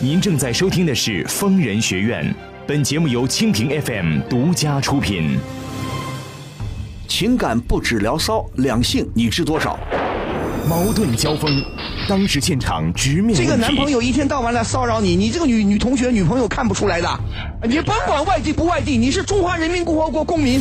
您正在收听的是《疯人学院》，本节目由蜻蜓 FM 独家出品。情感不止聊骚，两性你知多少？矛盾交锋，当时现场直面这个问题男朋友一天到晚来骚扰你，你这个女女同学、女朋友看不出来的。你甭管外地不外地，你是中华人民共和国公民。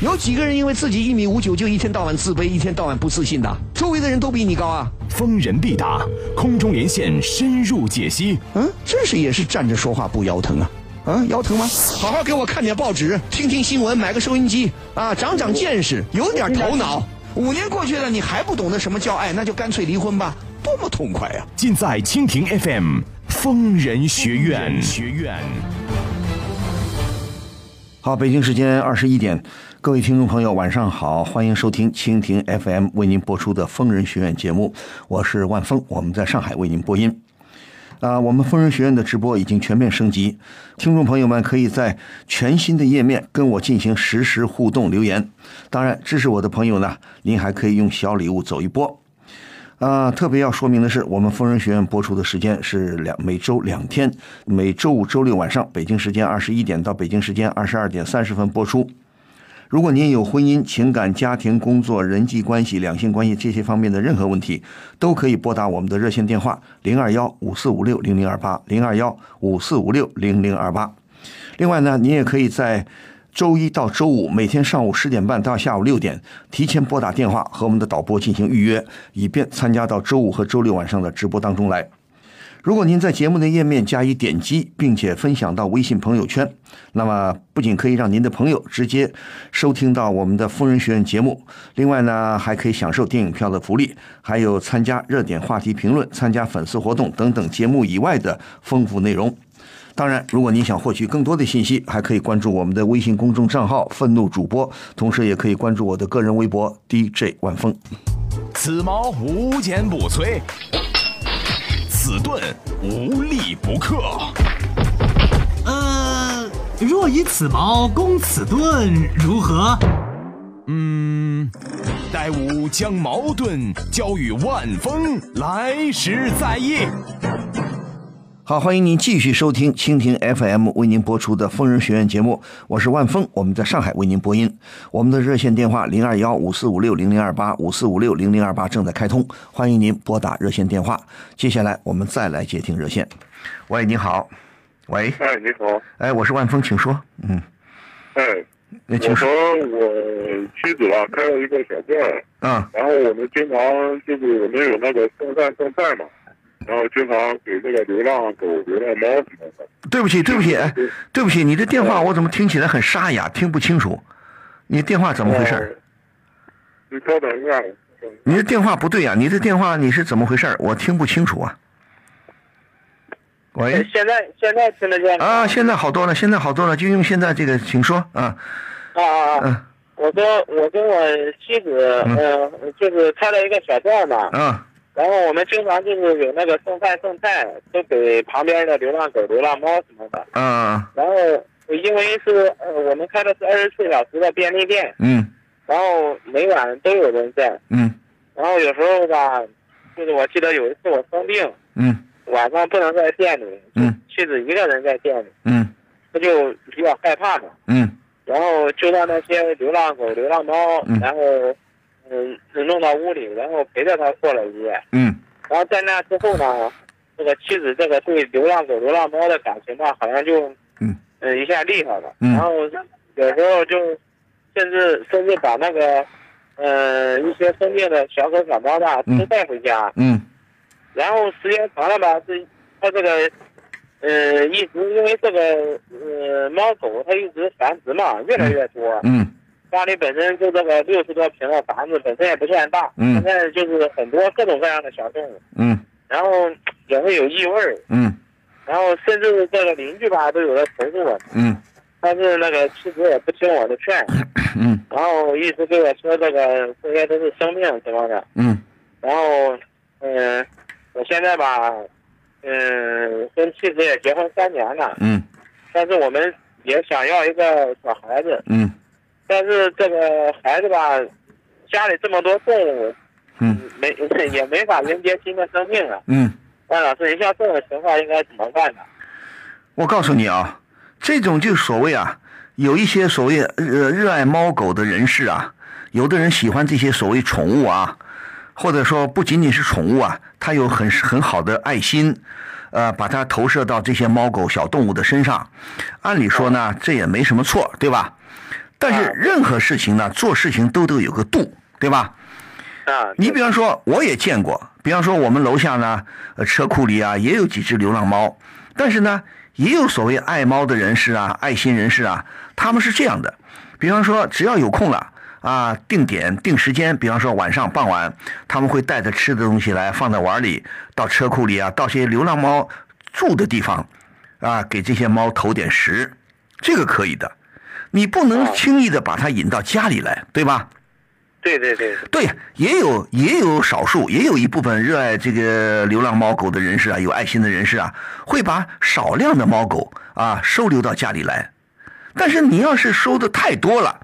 有几个人因为自己一米五九就一天到晚自卑，一天到晚不自信的？周围的人都比你高啊！疯人必答，空中连线深入解析。嗯，真是也是站着说话不腰疼啊！啊，腰疼吗？好好给我看点报纸，听听新闻，买个收音机啊，长长见识，有点头脑。五年过去了，你还不懂得什么叫爱，那就干脆离婚吧，多么痛快啊呀、尽在蜻蜓 FM《疯人学院》。学院，好，北京时间二十一点，各位听众朋友，晚上好，欢迎收听蜻蜓 FM 为您播出的《疯人学院》节目，我是万峰，我们在上海为您播音。啊、我们疯人学院的直播已经全面升级，听众朋友们可以在全新的页面跟我进行实时互动留言。当然，支持我的朋友呢，您还可以用小礼物走一波。啊、特别要说明的是，我们疯人学院播出的时间是两每周两天，每周五、周六晚上北京时间二十一点到北京时间二十二点三十分播出。如果您有婚姻、情感、家庭、工作、人际关系、两性关系这些方面的任何问题，都可以拨打我们的热线电话零二幺五四五六零零二八零二幺五四五六零零二八。另外呢，您也可以在周一到周五每天上午十点半到下午六点，提前拨打电话和我们的导播进行预约，以便参加到周五和周六晚上的直播当中来。如果您在节目的页面加以点击，并且分享到微信朋友圈，那么不仅可以让您的朋友直接收听到我们的疯人学院节目，另外呢，还可以享受电影票的福利，还有参加热点话题评论、参加粉丝活动等等节目以外的丰富内容。当然，如果您想获取更多的信息，还可以关注我们的微信公众账号“愤怒主播”，同时也可以关注我的个人微博 DJ 万峰。此矛无坚不摧，此盾无力不克。呃，若以此矛攻此盾，如何？嗯待吾将矛盾交与万峰，来时再议。好，欢迎您继续收听蜻蜓 FM 为您播出的《疯人学院》节目，我是万峰，我们在上海为您播音。我们的热线电话零二幺五四五六零零二八五四五六零零二八正在开通，欢迎您拨打热线电话。接下来我们再来接听热线。喂，你好，喂，哎，你好，哎，我是万峰，请说。嗯，哎，那请我说。和我妻子啊开了一个小店，啊然后我们经常就是我们有那个送饭送菜嘛，然后经常给那个流浪狗、流浪猫什么的。对不起，对不起，哎，对不起，你的电话我怎么听起来很沙哑，听不清楚？你电话怎么回事？哦啊你稍等一下，你的电话不对呀、啊你的电话你是怎么回事？我听不清楚啊。喂。啊现在现在听得见吗啊，现在好多了，现在好多了，就用现在这个，请说啊，啊啊！嗯、啊我跟我跟我妻子，嗯嗯、就是开了一个小店嘛，啊，然后我们经常就是有那个送饭送菜，就给旁边的流浪狗、流浪猫什么的。啊，然后因为是呃，我们开的是二十四小时的便利店，嗯然后每晚都有人在。嗯然后有时候吧，就是我记得有一次我生病，嗯晚上不能在店里，嗯妻子一个人在店里，嗯她就比较害怕嘛。嗯然后就让那些流浪狗、流浪猫，嗯然后嗯弄到屋里，然后陪着他过了一夜。嗯然后在那之后呢，这个妻子这个对流浪狗、流浪猫的感情吧，好像就嗯呃一下厉害了。嗯然后有时候就甚至甚至把那个呃一些生病的小狗、小猫吧嗯都带回家，嗯然后时间长了吧，是它这个，呃，一直因为这个呃猫狗它一直繁殖嘛，越来越多。嗯家里本身就这个六十多平的房子，本身也不算大，嗯现在就是很多各种各样的小动物，嗯然后也会有异味儿，嗯然后甚至这个邻居吧都有的投诉我，嗯但是那个妻子也不听我的劝，嗯然后一直跟我说这个这些都是生病什么的，嗯然后，嗯、我现在吧，嗯、跟妻子也结婚三年了，嗯但是呃我们也想要一个小孩子，嗯但是这个孩子吧，家里这么多动物，嗯没也没法迎接新的生命啊。嗯万老师，像这种情况应该怎么办呢？我告诉你啊，这种就所谓啊，有一些所谓呃热爱猫狗的人士啊，有的人喜欢这些所谓宠物啊，或者说不仅仅是宠物啊，他有很很好的爱心，呃，把它投射到这些猫狗小动物的身上。按理说呢，这也没什么错，对吧？但是任何事情呢，做事情都得有个度，对吧？啊，你比方说，我也见过，比方说我们楼下呢，呃，车库里啊也有几只流浪猫，但是呢，也有所谓爱猫的人士啊，爱心人士啊，他们是这样的，比方说只要有空了啊，定点定时间，比方说晚上傍晚，他们会带着吃的东西来放在碗里，到车库里啊，到些流浪猫住的地方，啊，给这些猫投点食，这个可以的，你不能轻易的把它引到家里来，对吧？对对对，对，也有也有少数，也有一部分热爱这个流浪猫狗的人士啊，有爱心的人士啊，会把少量的猫狗啊收留到家里来。但是你要是收的太多了，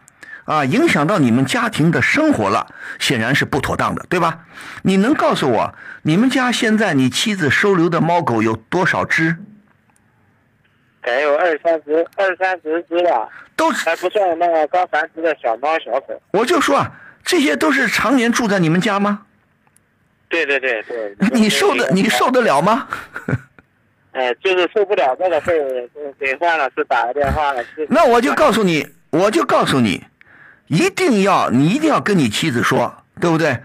啊，影响到你们家庭的生活了，显然是不妥当的，对吧？你能告诉我，你们家现在你妻子收留的猫狗有多少只？得有二三十、二三十只吧，都是还不算那个刚繁殖的小猫小狗。我就说啊，这些都是常年住在你们家吗？对对对对，你受得你受得了吗？哎，就是受不了这个事儿，给换老师打个电话了。就是那我就告诉你，我就告诉你，一定要你一定要跟你妻子说，对不对？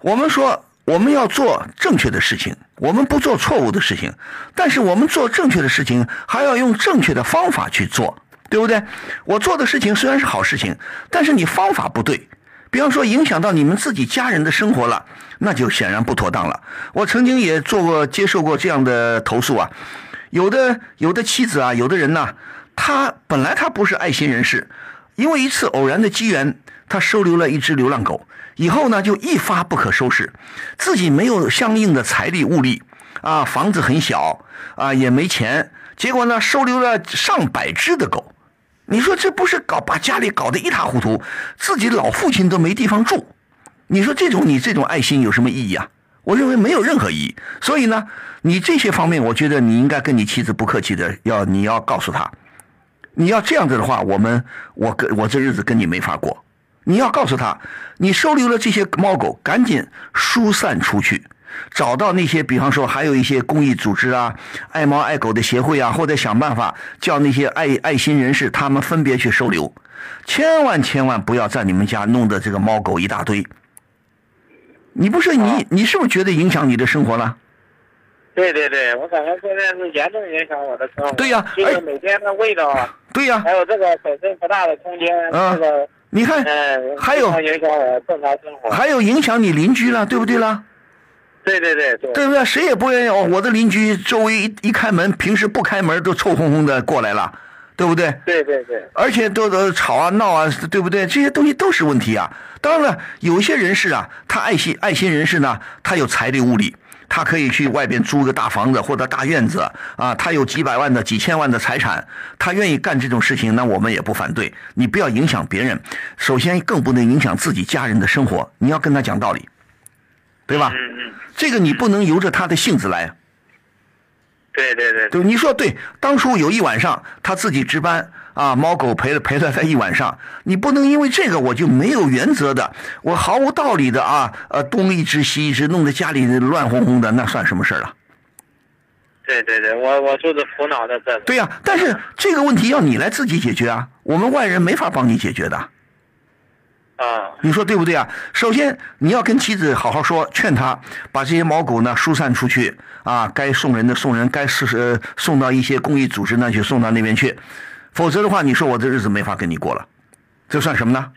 我们说我们要做正确的事情，我们不做错误的事情，但是我们做正确的事情还要用正确的方法去做，对不对？我做的事情虽然是好事情，但是你方法不对，比方说影响到你们自己家人的生活了，那就显然不妥当了。我曾经也做过接受过这样的投诉啊，有的有的妻子啊，有的人呐，他本来他不是爱心人士，因为一次偶然的机缘，他收留了一只流浪狗，以后呢就一发不可收拾，自己没有相应的财力物力啊，房子很小啊，也没钱，结果呢收留了上百只的狗。你说这不是搞把家里搞得一塌糊涂，自己老父亲都没地方住，你说这种你这种爱心有什么意义啊？我认为没有任何意义。所以呢，你这些方面，我觉得你应该跟你妻子不客气的，要你要告诉她，你要这样子的话，我们我跟我这日子跟你没法过。你要告诉她，你收留了这些猫狗，赶紧疏散出去。找到那些，比方说还有一些公益组织啊、爱猫爱狗的协会啊，或者想办法叫那些爱爱心人士，他们分别去收留。千万千万不要在你们家弄得这个猫狗一大堆。你不是你，你是不是觉得影响你的生活了？对对对，我感觉现在是严重影响我的生活。对呀就是哎每天的味道，啊对呀、还有这个本身不大的空间，啊这个你看，嗯，还有非常影响我的正常生活。还有影响你邻居了，对不对啦？对对对对对不对？谁也不愿意哦。我的邻居周围一一开门，平时不开门都臭烘烘的过来了，对不对？对对对，而且都都吵啊闹啊，对不对？这些东西都是问题啊。当然了，有些人士啊，他爱心爱心人士呢，他有财力物力，他可以去外边租个大房子或者大院子啊，他有几百万的、几千万的财产，他愿意干这种事情，那我们也不反对。你不要影响别人，首先更不能影响自己家人的生活，你要跟他讲道理，对嗯吧？这个你不能由着他的性子来，啊对对对对，你说对，当初有一晚上他自己值班啊，猫狗陪了陪了他一晚上，你不能因为这个我就没有原则的，我毫无道理的啊，呃，东一只西一只，弄得家里乱哄哄的，那算什么事儿啊？对对对，我我就是苦恼在这里。对呀、但是这个问题要你来自己解决啊，我们外人没法帮你解决的，啊，你说对不对啊？首先你要跟妻子好好说，劝她把这些猫狗呢疏散出去啊，该送人的送人，该是呃送到一些公益组织那去送到那边去，否则的话，你说我这日子没法跟你过了，这算什么呢？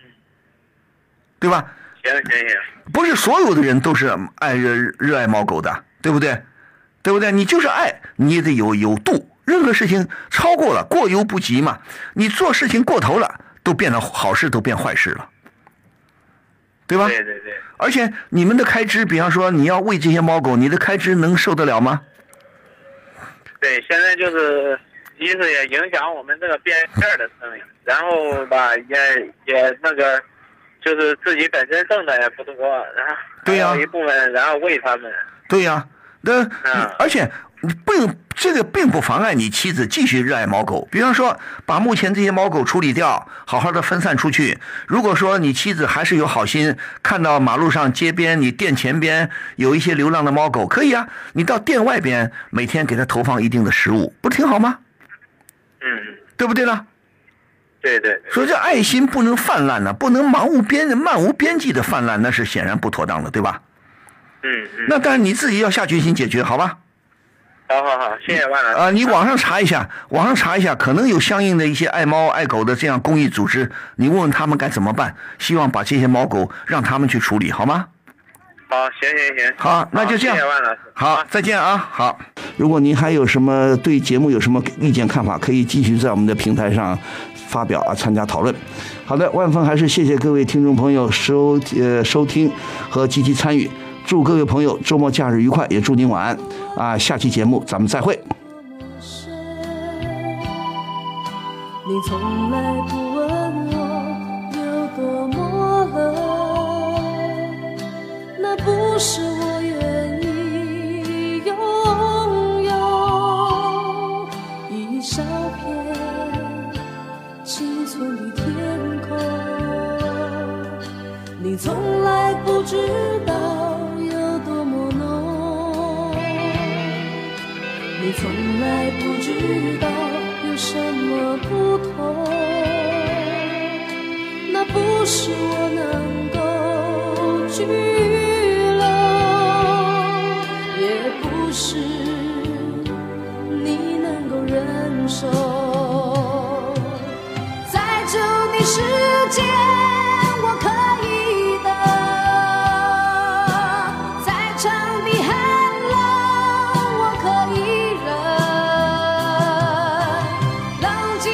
对吧？行行行，不是所有的人都是爱热热爱猫狗的，对不对？对不对？你就是爱，你也得有有度。任何事情超过了，过犹不及嘛。你做事情过头了，都变得好事都变坏事了，对吧？对对对，而且你们的开支，比方说你要喂这些猫狗，你的开支能受得了吗？对，现在就是一是也影响我们这个便利店的生意，然后吧也也那个，就是自己本身挣的也不多，然后对呀还有一部分然后喂他们，对呀、那而且并这个并不妨碍你妻子继续热爱猫狗。比方说，把目前这些猫狗处理掉，好好的分散出去。如果说你妻子还是有好心，看到马路上、街边、你店前边有一些流浪的猫狗，可以啊，你到店外边每天给它投放一定的食物，不是挺好吗？嗯，对不对呢？对对对，所以这爱心不能泛滥呢、不能盲无边漫无边际的泛滥，那是显然不妥当的，对吧？嗯嗯，那但是你自己要下决心解决，好吧？好好好，谢谢万老师。啊，你网上查一下，网上查一下，可能有相应的一些爱猫爱狗的这样公益组织，你问问他们该怎么办，希望把这些猫狗让他们去处理，好吗？好，行行行，好，那就这样谢谢万老师。。好，再见啊，好。如果您还有什么对节目有什么意见看法，可以继续在我们的平台上发表啊，参加讨论。好的，万峰还是谢谢各位听众朋友收呃收听和积极参与，祝各位朋友周末假日愉快，也祝您晚安啊！下期节目咱们再会。你从来不问我有多么冷，那不是我愿意拥有。一小片青春的天空，你从来不知道有多么浓。你从来不知道有什么不同，那不是我能够拘留，也不是你能够忍受。在这的世界，我可以的；再长的寒冷，我可以忍。冷静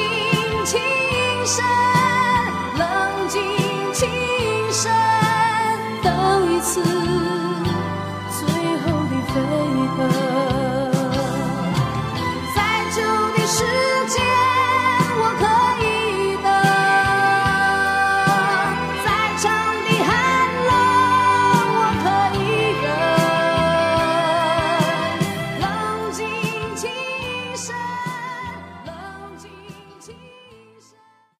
轻声，冷静轻声，等一次最后的飞奔。